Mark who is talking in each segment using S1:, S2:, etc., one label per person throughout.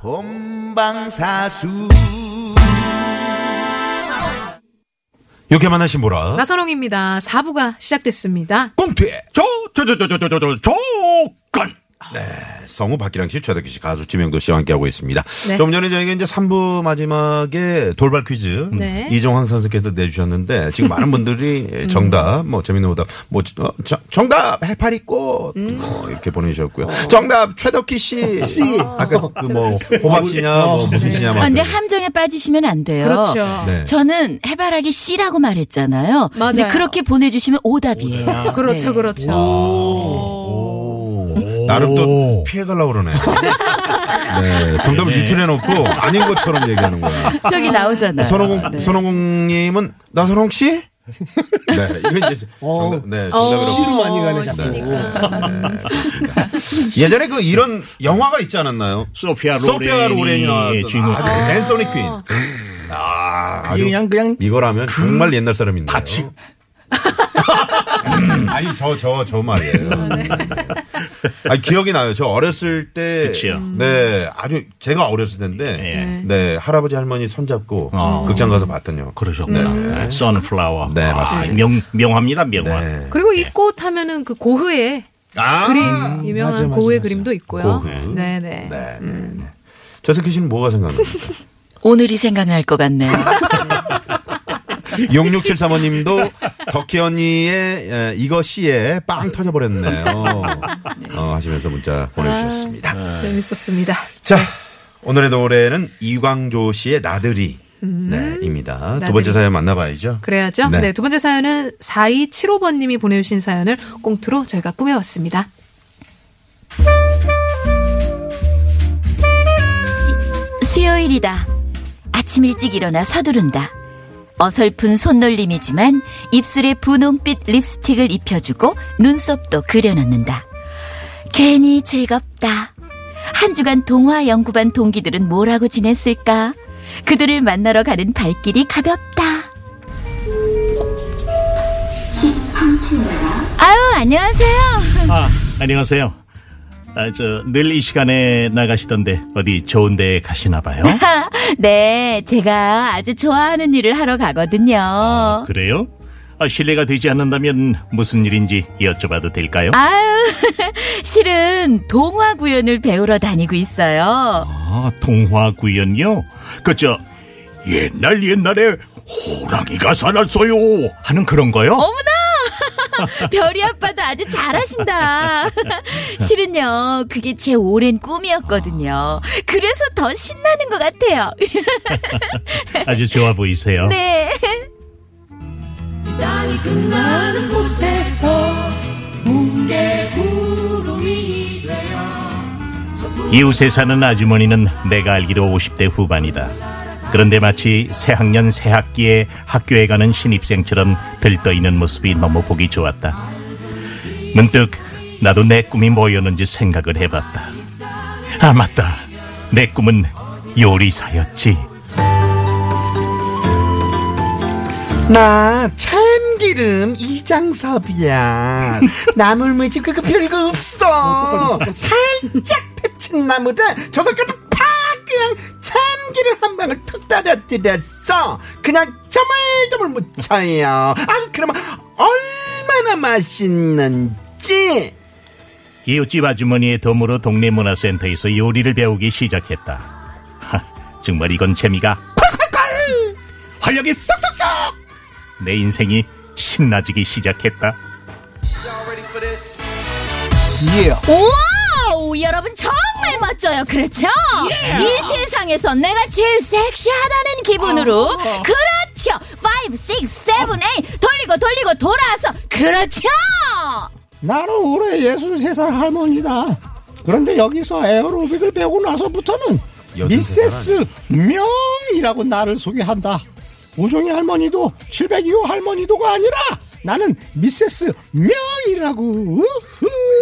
S1: 본방사수
S2: 이렇게 만나신 보라.
S3: 나선홍입니다. 4부가 시작됐습니다.
S2: 꽁트에
S4: 저저저저저저저건
S2: 성우 박기량 씨, 최덕기 씨, 가수 지명도 씨와 함께하고 있습니다.
S3: 네.
S2: 좀 전에 저희가 이제 3부 마지막에 돌발 퀴즈
S3: 네.
S2: 이종황 선생께서 내주셨는데 지금 많은 분들이 정답, 뭐 재밌는 오답, 뭐 어, 저- 정답 해파리 꽃 뭐, 이렇게 보내주셨고요. 정답 최덕기 씨, 아까 그 뭐 호박 씨냐, 뭐 무슨 씨냐 막.
S5: 아, 근데
S2: 그러고.
S5: 함정에 빠지시면 안 돼요.
S3: 그렇죠.
S2: 네.
S5: 저는 해바라기 C라고 말했잖아요. 근데
S3: 맞아요.
S5: 그렇게 보내주시면 오답이에요.
S3: 그렇죠,
S5: 네.
S3: 그렇죠.
S2: 오. 나름 또 피해가려고 그러네. 네, 정답을 유출해놓고 아닌 것처럼 얘기하는 거예요.
S5: 저기 나오잖아요. 네.
S2: 선호공 선호공님은 나선홍 씨? 네, 이건 이제
S6: 어.
S2: 정답, 네,
S3: 어,
S2: 정답으로.
S6: C로 많이 가네, 자꾸.
S2: 예전에 그 이런 영화가 있지 않았나요?
S4: 소피아
S2: 소피아 로렌이
S4: 로렌이
S2: 나왔던
S4: 주인공
S2: 아, 그 댄서니 퀸. 아, 아주
S6: 그냥 그냥
S2: 이거라면 정말 옛날 사람인데.
S4: 같이.
S2: 아니 저 저 저 말이에요. 음. 아 기억이 나요. 저 어렸을 때.
S4: 그치요.
S2: 네, 아주 제가 어렸을 텐데.
S4: 예.
S2: 네, 할아버지 할머니 손 잡고
S4: 어.
S2: 극장 가서 봤던요.
S4: 그러셨구나. 네. 선플라워.
S2: 네,
S4: 아,
S2: 맞습니다.
S4: 명 명합니다 명화.
S2: 네.
S3: 그리고 이 꽃 하면은 그 고흐의
S2: 아.
S3: 그림, 유명한
S6: 맞아, 맞아,
S3: 고흐의
S6: 맞아.
S3: 그림도 있고요.
S2: 고흐.
S3: 네네.
S2: 네, 네, 네. 저석희 씨는 뭐가 생각나요?
S5: 오늘이 생각날 것 같네요.
S2: 6673호님도 덕희 언니의 에, 이거 씨에 빵 터져버렸네요. 아, 네. 어, 하시면서 문자 보내주셨습니다.
S3: 재밌었습니다.
S2: 자, 오늘의 노래는 이광조 씨의 나들이. 네, 입니다. 두 번째
S3: 나들이.
S2: 사연 만나봐야죠.
S3: 그래야죠.
S2: 네.
S3: 네. 두 번째 사연은 4275번님이 보내주신 사연을 꽁트로 저희가 꾸며왔습니다.
S5: 수요일이다. 아침 일찍 일어나 서두른다. 어설픈 손놀림이지만 입술에 분홍빛 립스틱을 입혀주고 눈썹도 그려넣는다. 괜히 즐겁다. 한 주간 동화 연구반 동기들은 뭐라고 지냈을까? 그들을 만나러 가는 발길이 가볍다. 아유, 안녕하세요.
S4: 아 안녕하세요. 아저 늘 이 시간에 나가시던데 어디 좋은데 가시나 봐요.
S5: 네, 제가 아주 좋아하는 일을 하러 가거든요.
S4: 그래요? 아, 실례가 되지 않는다면 무슨 일인지 여쭤봐도 될까요?
S5: 아유, 실은 동화 구연을 배우러 다니고 있어요.
S4: 아, 동화 구연요? 그저 옛날 옛날에 호랑이가 살았어요 하는 그런 거요?
S5: 어? 별이 아빠도 아주 잘하신다. 실은요, 그게 제 오랜 꿈이었거든요. 그래서 더 신나는 것 같아요.
S4: 아주 좋아 보이세요.
S5: 네.
S4: 이웃에 사는 아주머니는 내가 알기로 50대 후반이다. 그런데 마치 새학년 새학기에 학교에 가는 신입생처럼 들떠있는 모습이 너무 보기 좋았다. 문득 나도 내 꿈이 뭐였는지 생각을 해봤다. 아 맞다. 내 꿈은 요리사였지.
S6: 나 참기름 이장섭이야. 음, 나물무지 그거 별거 없어. 살짝 데친 나물에 저속까지 팍 그냥 참기름 한 방울 툭 따라뜨렸어. 그냥 저물저물 묻혀요. 안 그러면 얼마나 맛있는지.
S4: 이웃집 아주머니의 도움으로 동네 문화센터에서 요리를 배우기 시작했다. 하, 정말 이건 재미가 콸콸콸! 활력이 쏙쏙쏙! 내 인생이 신나지기 시작했다.
S5: 와우! 여러분 정말 멋져요. 그렇죠? 이 세상에서 내가 제일 섹시하다는 기분으로 그렇죠. 5 6 7 8 돌리고 돌리고 돌아서 그렇죠.
S7: 나는 올해 63살 할머니다. 그런데 여기서 에어로빅을 배우고 나서부터는 미세스 명이라고 나를 소개한다. 우종이 할머니도 702호 할머니도가 아니라 나는 미세스 명이라고. 우후.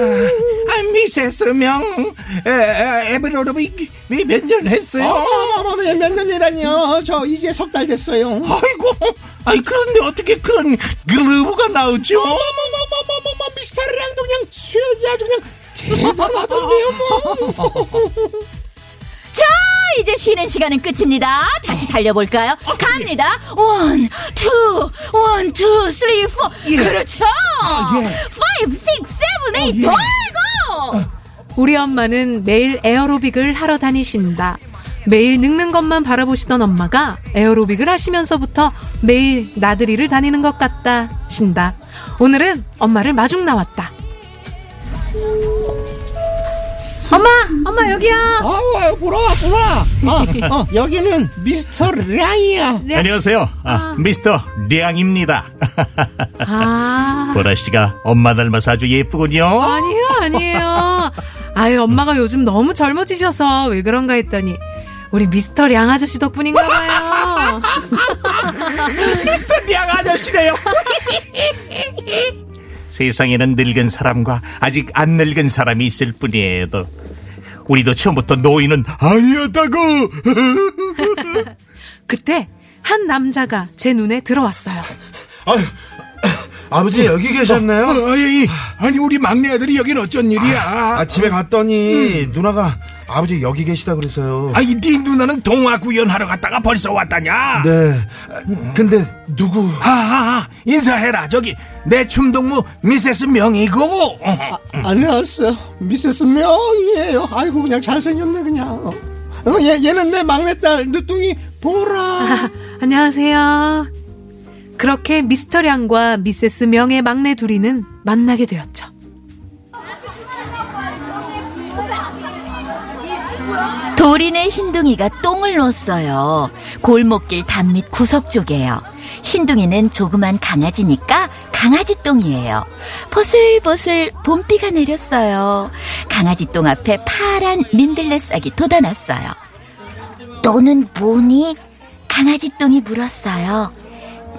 S8: 아, 미세스 명 에브로로 몇년 했어요?
S7: 어머머머 몇 년이라니요. 저 이제 석 달 됐어요.
S8: 아이고, 아이 그런데 어떻게 그런 글루브가 나오죠?
S7: 어머머머머머머 미스터리랑 그냥 수혁이 아주 그냥 대단하던데요 뭐.
S5: 자 이제 쉬는 시간은 끝입니다. 다시 달려볼까요? 갑니다. 원, 투, 원, 투, 쓰리, 포. 그렇죠. 파이브, 식스, 세븐, 에잇, 돌고.
S3: 우리 엄마는 매일 에어로빅을 하러 다니신다. 매일 늙는 것만 바라보시던 엄마가 에어로빅을 하시면서부터 매일 나들이를 다니는 것 같다 신다. 오늘은 엄마를 마중 나왔다. 엄마, 엄마 여기야.
S7: 아우 아우, 보라 보라. 어, 어, 여기는 미스터리랑이야.
S4: 안녕하세요. 아, 미스터 량입니다.
S3: 아,
S4: 보라 씨가 엄마 닮아서 아주 예쁘군요.
S3: 아니에요, 아니에요. 아유 엄마가 요즘 너무 젊어지셔서 왜 그런가 했더니 우리 미스터 량 아저씨 덕분인가 봐요.
S8: 미스터리양 아저씨네요.
S4: 세상에는 늙은 사람과 아직 안 늙은 사람이 있을 뿐이에요. 우리도 처음부터 노인은 아니었다고.
S3: 그때 한 남자가 제 눈에 들어왔어요.
S2: 아버지 여기 계셨나요?
S8: 아니, 아니 우리 막내 아들이 여긴 어쩐 일이야?
S2: 아, 집에 갔더니 누나가 아버지 여기 계시다 그래서요.
S8: 아이 네 누나는 동화 구연하러 갔다가 벌써 왔다냐?
S2: 네. 아, 근데 누구?
S8: 아, 아, 아, 인사해라 저기 내 춤동무 미세스 명이고.
S7: 안녕하세요. 미세스 명이에요. 아이고 그냥 잘생겼네 그냥. 어, 어, 얘, 얘는 내 막내딸 늦둥이 보라.
S3: 안녕하세요. 그렇게 미스터 량과 미세스 명의 막내 둘이는 만나게 되었죠.
S5: 도린의 흰둥이가 똥을 놓았어요. 골목길 단밑 구석 쪽에요. 흰둥이는 조그만 강아지니까 강아지 똥이에요. 보슬보슬 봄비가 내렸어요. 강아지 똥 앞에 파란 민들레 싹이 돋아났어요. 너는 뭐니? 강아지 똥이 물었어요.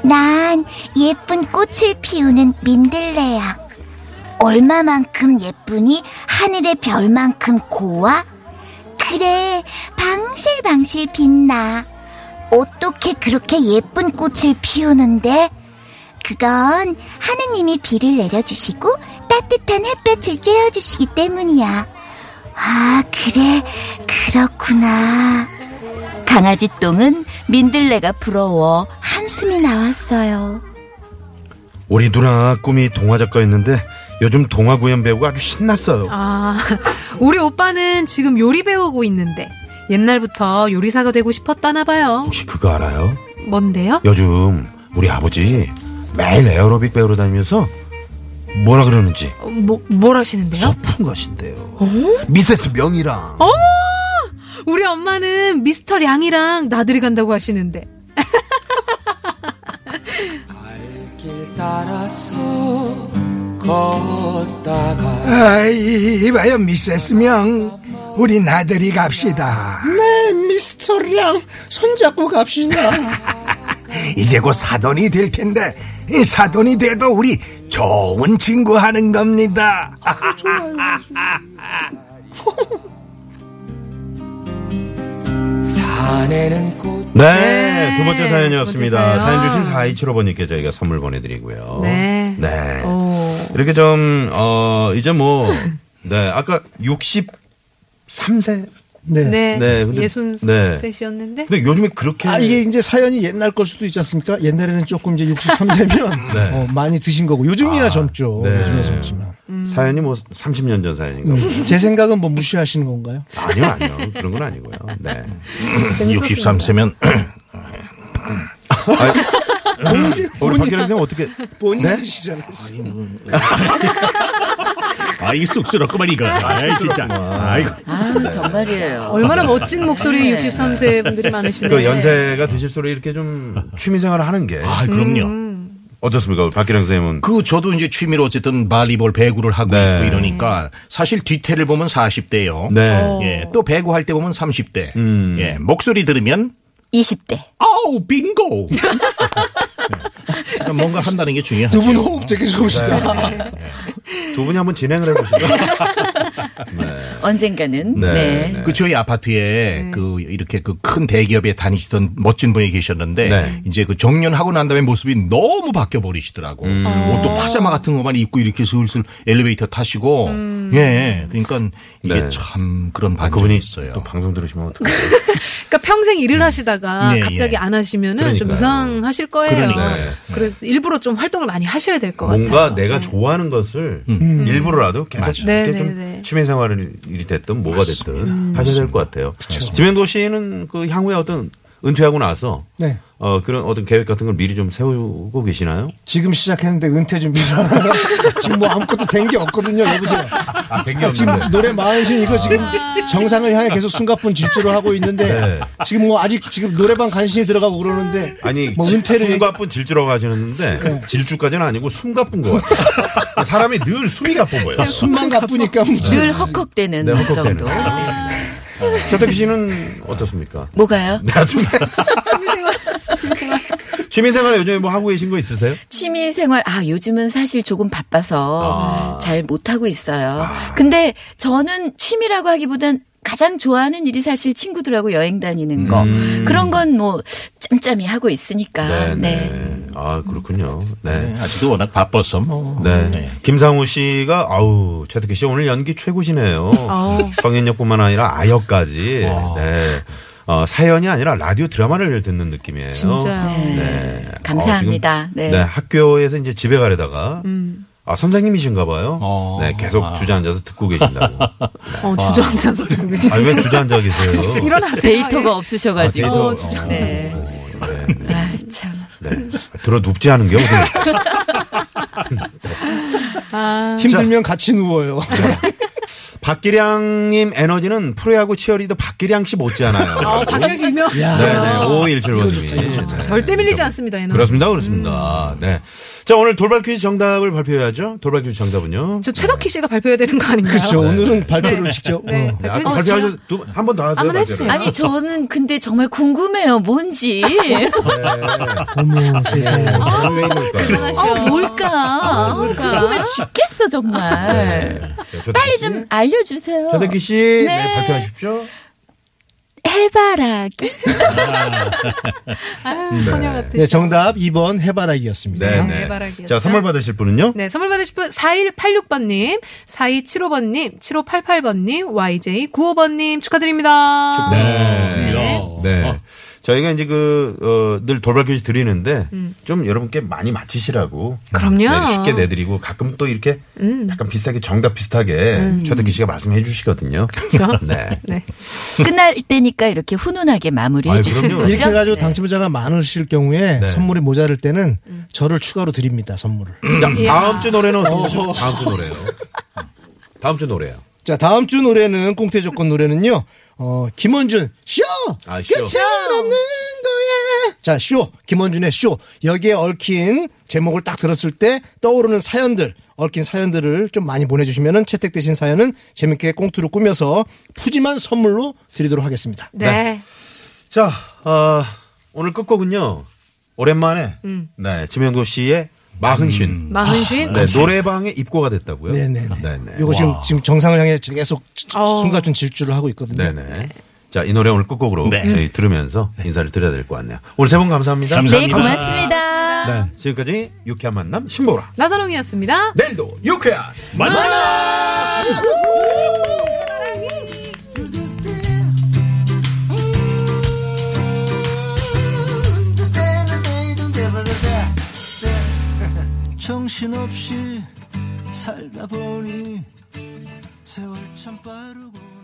S9: 난 예쁜 꽃을 피우는 민들레야. 얼마만큼 예쁘니? 하늘의 별만큼 고와? 그래, 방실방실 빛나. 어떻게 그렇게 예쁜 꽃을 피우는데? 그건 하느님이 비를 내려주시고 따뜻한 햇볕을 쬐어주시기 때문이야. 아, 그래, 그렇구나.
S5: 강아지 똥은 민들레가 부러워 한숨이 나왔어요.
S2: 우리 누나 꿈이 동화 작가였는데 요즘 동화 구연 배우가 아주 신났어요.
S3: 아, 우리 오빠는 지금 요리 배우고 있는데 옛날부터 요리사가 되고 싶었다나 봐요.
S2: 혹시 그거 알아요?
S3: 뭔데요?
S2: 요즘 우리 아버지 매일 에어로빅 배우러 다니면서 뭐라 그러는지
S3: 어, 뭐, 뭘 하시는데요?
S2: 소풍 가신대요. 미세스 명이랑
S3: 우리 엄마는 미스터 량이랑 나들이 간다고 하시는데.
S8: 아이 이봐요 미세스 명 우리 나들이 갑시다.
S7: 네 미스터리랑 손잡고 갑시다.
S8: 이제 곧 사돈이 될 텐데 이 사돈이 돼도 우리 좋은 친구 하는 겁니다.
S2: 네,
S3: 네,
S2: 두 번째
S3: 두
S2: 사연이었습니다.
S3: 번째 사연.
S2: 사연 주신 4275번님께 저희가 선물 보내드리고요.
S3: 네.
S2: 네.
S3: 오.
S2: 이렇게 좀, 어, 이제 뭐, 네, 아까 63세?
S3: 네.
S2: 네, 근데-
S3: 예순
S2: 네.
S3: 셋이었는데.
S2: 근데 요즘에 그렇게.
S6: 아, 이게 이제 사연이 옛날 걸 수도 있지 않습니까? 옛날에는 조금 이제 63세면 어,
S2: 네.
S6: 많이 드신 거고 요즘이야 젊죠.
S2: 네.
S6: 요즘에 젊지만.
S3: 음.
S2: 사연이 뭐 30년 전 사연인가 보요
S6: 제 생각은 뭐 무시하시는 건가요?
S2: 아니요, 아니요. 그런 건 아니고요. 네.
S4: 63세면
S2: 음. 우리 박기란 선생님 어떻게.
S6: 네? 본인이시잖아요.
S4: 아이 쑥스럽구만 이거. 아이 진짜. 아이고.
S10: 아, 정말이에요.
S3: 얼마나 멋진 목소리 63세 분들이 많으신데.
S2: 그 연세가 드실 소리 이렇게 좀 취미생활을 하는 게.
S4: 아 그럼요.
S2: 어떻습니까? 박기량 선생님은
S10: 그 저도 이제 취미로 어쨌든 발리볼 배구를 하고
S2: 네.
S10: 있고 이러니까 사실 뒤태를 보면 40대요.
S2: 네.
S4: 어.
S2: 오.
S10: 예. 또 배구 할 때 보면 30대.
S6: 음.
S10: 예. 목소리 들으면
S5: 20대.
S10: 아우 빙고. 네. 그러니까 뭔가 한다는 게 중요하죠.
S6: 두 분 호흡 되게 좋으시다.
S2: 두 분이 한번 진행을 해보시죠.
S5: 언젠가는. 네.
S10: 그 저희 아파트에
S2: 네.
S10: 그 이렇게 그 큰 대기업에 다니시던 멋진 분이 계셨는데
S2: 네.
S10: 이제 그 정년하고 난 다음에 모습이 너무 바뀌어 버리시더라고.
S2: 음.
S10: 옷도 파자마 같은 것만 입고 이렇게 슬슬 엘리베이터 타시고 예. 그러니까 이게
S2: 음. 네.
S10: 참 그런 반전이
S2: 그분이
S10: 있어요.
S2: 또 방송 들으시면 어떡해요.
S3: 그러니까 평생 일을 하시다가
S10: 예,
S3: 갑자기
S10: 예.
S3: 안 하시면은 좀
S2: 음. 그러니까요.
S3: 이상하실 거예요.
S2: 그러니까요.
S3: 그래서 일부러 좀 활동을 많이 하셔야 될 것 같아요.
S2: 네.
S3: 네.
S2: 뭔가 내가 좋아하는 것을 일부러라도 계속
S3: 맞아요.
S2: 이렇게
S3: 네,
S2: 좀
S3: 네, 네.
S2: 취미 생활이 됐든 뭐가 됐든 하셔야 될 것 같아요. 지명도 씨는 그 향후에 어떤 은퇴하고 나서
S6: 네.
S2: 어 그런 어떤 계획 같은 걸 미리 좀 세우고 계시나요?
S6: 지금 시작했는데 은퇴 준비라 지금 뭐 아무것도 된 게 없거든요. 여보세요.
S2: 아, 된게
S6: 지금 노래 마흔신 이거 지금 정상을 향해 계속 숨가쁜 질주를 하고 있는데
S2: 네.
S6: 지금 뭐 아직 지금 노래방 간신히 들어가고 그러는데
S2: 아니
S6: 뭐 은퇴를 네.
S2: 숨가쁜 질주라고 하셨는데 질주까지는 아니고 숨가쁜 것 같아요. 사람이 늘 숨이 가쁜 거예요.
S6: 숨만 가쁘니까 뭐 지금
S5: 늘 헉헉대는
S2: 네, 헉헉대는.
S5: 정도. 네.
S2: 최태기 씨는 어떻습니까?
S5: 뭐가요?
S6: 네,
S2: 나중에 취미 생활 에 요즘에 뭐 하고 계신 거 있으세요?
S5: 취미 생활, 아, 요즘은 사실 조금 바빠서
S2: 아.
S5: 잘 못하고 있어요. 근데 저는 취미라고 하기보단 가장 좋아하는 일이 사실 친구들하고 여행 다니는 거.
S2: 음.
S5: 그런 건 뭐, 짬짬이 하고 있으니까. 네.
S2: 아 그렇군요. 네.
S10: 네, 아직도 워낙 바빠서 뭐.
S4: 음,
S2: 네.
S10: 네.
S2: 김상우 씨가 아우 최태기 씨 오늘 연기 최고시네요. 성인역뿐만 아니라 아역까지.
S10: 와.
S2: 네. 어, 사연이 아니라 라디오 드라마를 듣는 느낌이에요.
S3: 진짜요.
S2: 네.
S5: 감사합니다.
S2: 어, 지금,
S5: 네.
S2: 네. 학교에서 이제 집에 가려다가 아 선생님이신가 봐요.
S10: 어.
S2: 네. 계속
S10: 아.
S2: 주저앉아서 듣고 계신다고.
S3: 어, 주저앉아서 듣고 계시
S2: 아왜 주저앉아 계세요?
S3: 일어나세요.
S5: 데이터가
S2: 아,
S5: 없으셔가지고.
S2: 데이터-
S3: 진짜.
S2: 어,
S5: 네.
S2: 네.
S5: 아, 참.
S2: 네. 들어 눕지 않은 게 오늘
S6: 힘들면 같이 누워요.
S2: 박기량님 에너지는 프로야구 치어리더 박기량 씨 못지않아요.
S3: 아, 박기량 씨 유명하시죠.
S2: 네네, 5517번님이.
S3: 절대 밀리지 음. 않습니다, 얘는.
S2: 그러니까 그렇습니다, 그렇습니다. 네. 자, 오늘 돌발 퀴즈 정답을 발표해야죠. 돌발 퀴즈 정답은요.
S3: 저 최덕희 씨가 발표해야 되는 거 아닌가요?
S6: 그렇죠. 오늘은 발표를 직접.
S3: 네,
S6: 어.
S2: 네, 아까
S3: 발표해 주세요.
S2: 발표하셔, 두, 한 번 더 하세요.
S3: 한번
S2: 발표를.
S3: 해주세요.
S5: 아니, 저는 근데 정말 궁금해요. 뭔지.
S2: 네,
S6: 어머 세상에.
S2: 아, 왜 이럴까요?
S5: 어, 뭘까. 어, 궁금해 죽겠어, 정말.
S2: 네. 자, 조태기
S5: 빨리
S2: 씨.
S5: 좀
S3: 어.
S5: 알려주세요.
S2: 조대기 씨, 네. 발표하십시오.
S5: 해바라기?
S3: 아유, 소녀 같으시
S6: 네, 정답 2번 해바라기였습니다.
S2: 네,
S3: 해바라기였죠.
S2: 네. 자, 선물 받으실 분은요?
S3: 네, 선물 받으실 분 4186번님, 4275번님, 7588번님, YJ95번님 축하드립니다.
S2: 네.
S10: 네.
S2: 네.
S6: 어.
S2: 저희가 이제 그, 어, 늘 돌발 퀴즈 드리는데, 좀 여러분께 많이 맞히시라고.
S3: 음. 그럼요. 음.
S2: 네, 쉽게 내드리고, 가끔 또 이렇게 약간 비슷하게, 정답 비슷하게 최덕기 씨가 말씀해 주시거든요.
S3: 그렇죠?
S2: 네.
S3: 네.
S5: 끝날 때니까 이렇게 훈훈하게 마무리해
S2: 아이,
S5: 주시는
S2: 그럼요.
S5: 거죠?
S6: 이렇게 해가지고
S5: 네.
S6: 당첨자가 많으실 경우에
S2: 네.
S6: 선물이 모자랄 때는 저를 추가로 드립니다 선물을.
S2: 자, 다음 주 노래는 어떤 거죠? 다음 주 노래요. 다음 주 노래요.
S6: 자 다음 주 노래는 꽁태 조건 노래는요. 어 김원준 쇼.
S2: 아, 쇼.
S6: 끝은 없는 거야. 자쇼 김원준의 쇼 여기에 얽힌 제목을 딱 들었을 때 떠오르는 사연들 얽힌 사연들을 좀 많이 보내주시면은 채택되신 사연은 재밌게 꽁트로 꾸며서 푸짐한 선물로 드리도록 하겠습니다.
S3: 네.
S2: 자, 어, 오늘 끝곡은요. 오랜만에 네, 지명도 씨의 마흔쉰.
S3: 음. 마흔쉰.
S2: 네, 노래방에 입고가 됐다고요?
S6: 네네네.
S2: 아, 네네.
S6: 요거 지금 지금 정상을 향해 계속
S3: 어.
S6: 숨가쁜 질주를 하고 있거든요.
S2: 네네. 자, 이 노래 오늘 끝곡으로
S10: 네.
S2: 저희 들으면서 인사를 드려야 될 것 같네요. 오늘 세 분 감사합니다.
S5: 네,
S10: 감사합니다.
S5: 고맙습니다.
S2: 네, 지금까지 유쾌한 만남 신보라.
S3: 나선홍이었습니다.
S2: 내일도 유쾌한
S1: 정신없이 살다 보니 세월 참 빠르고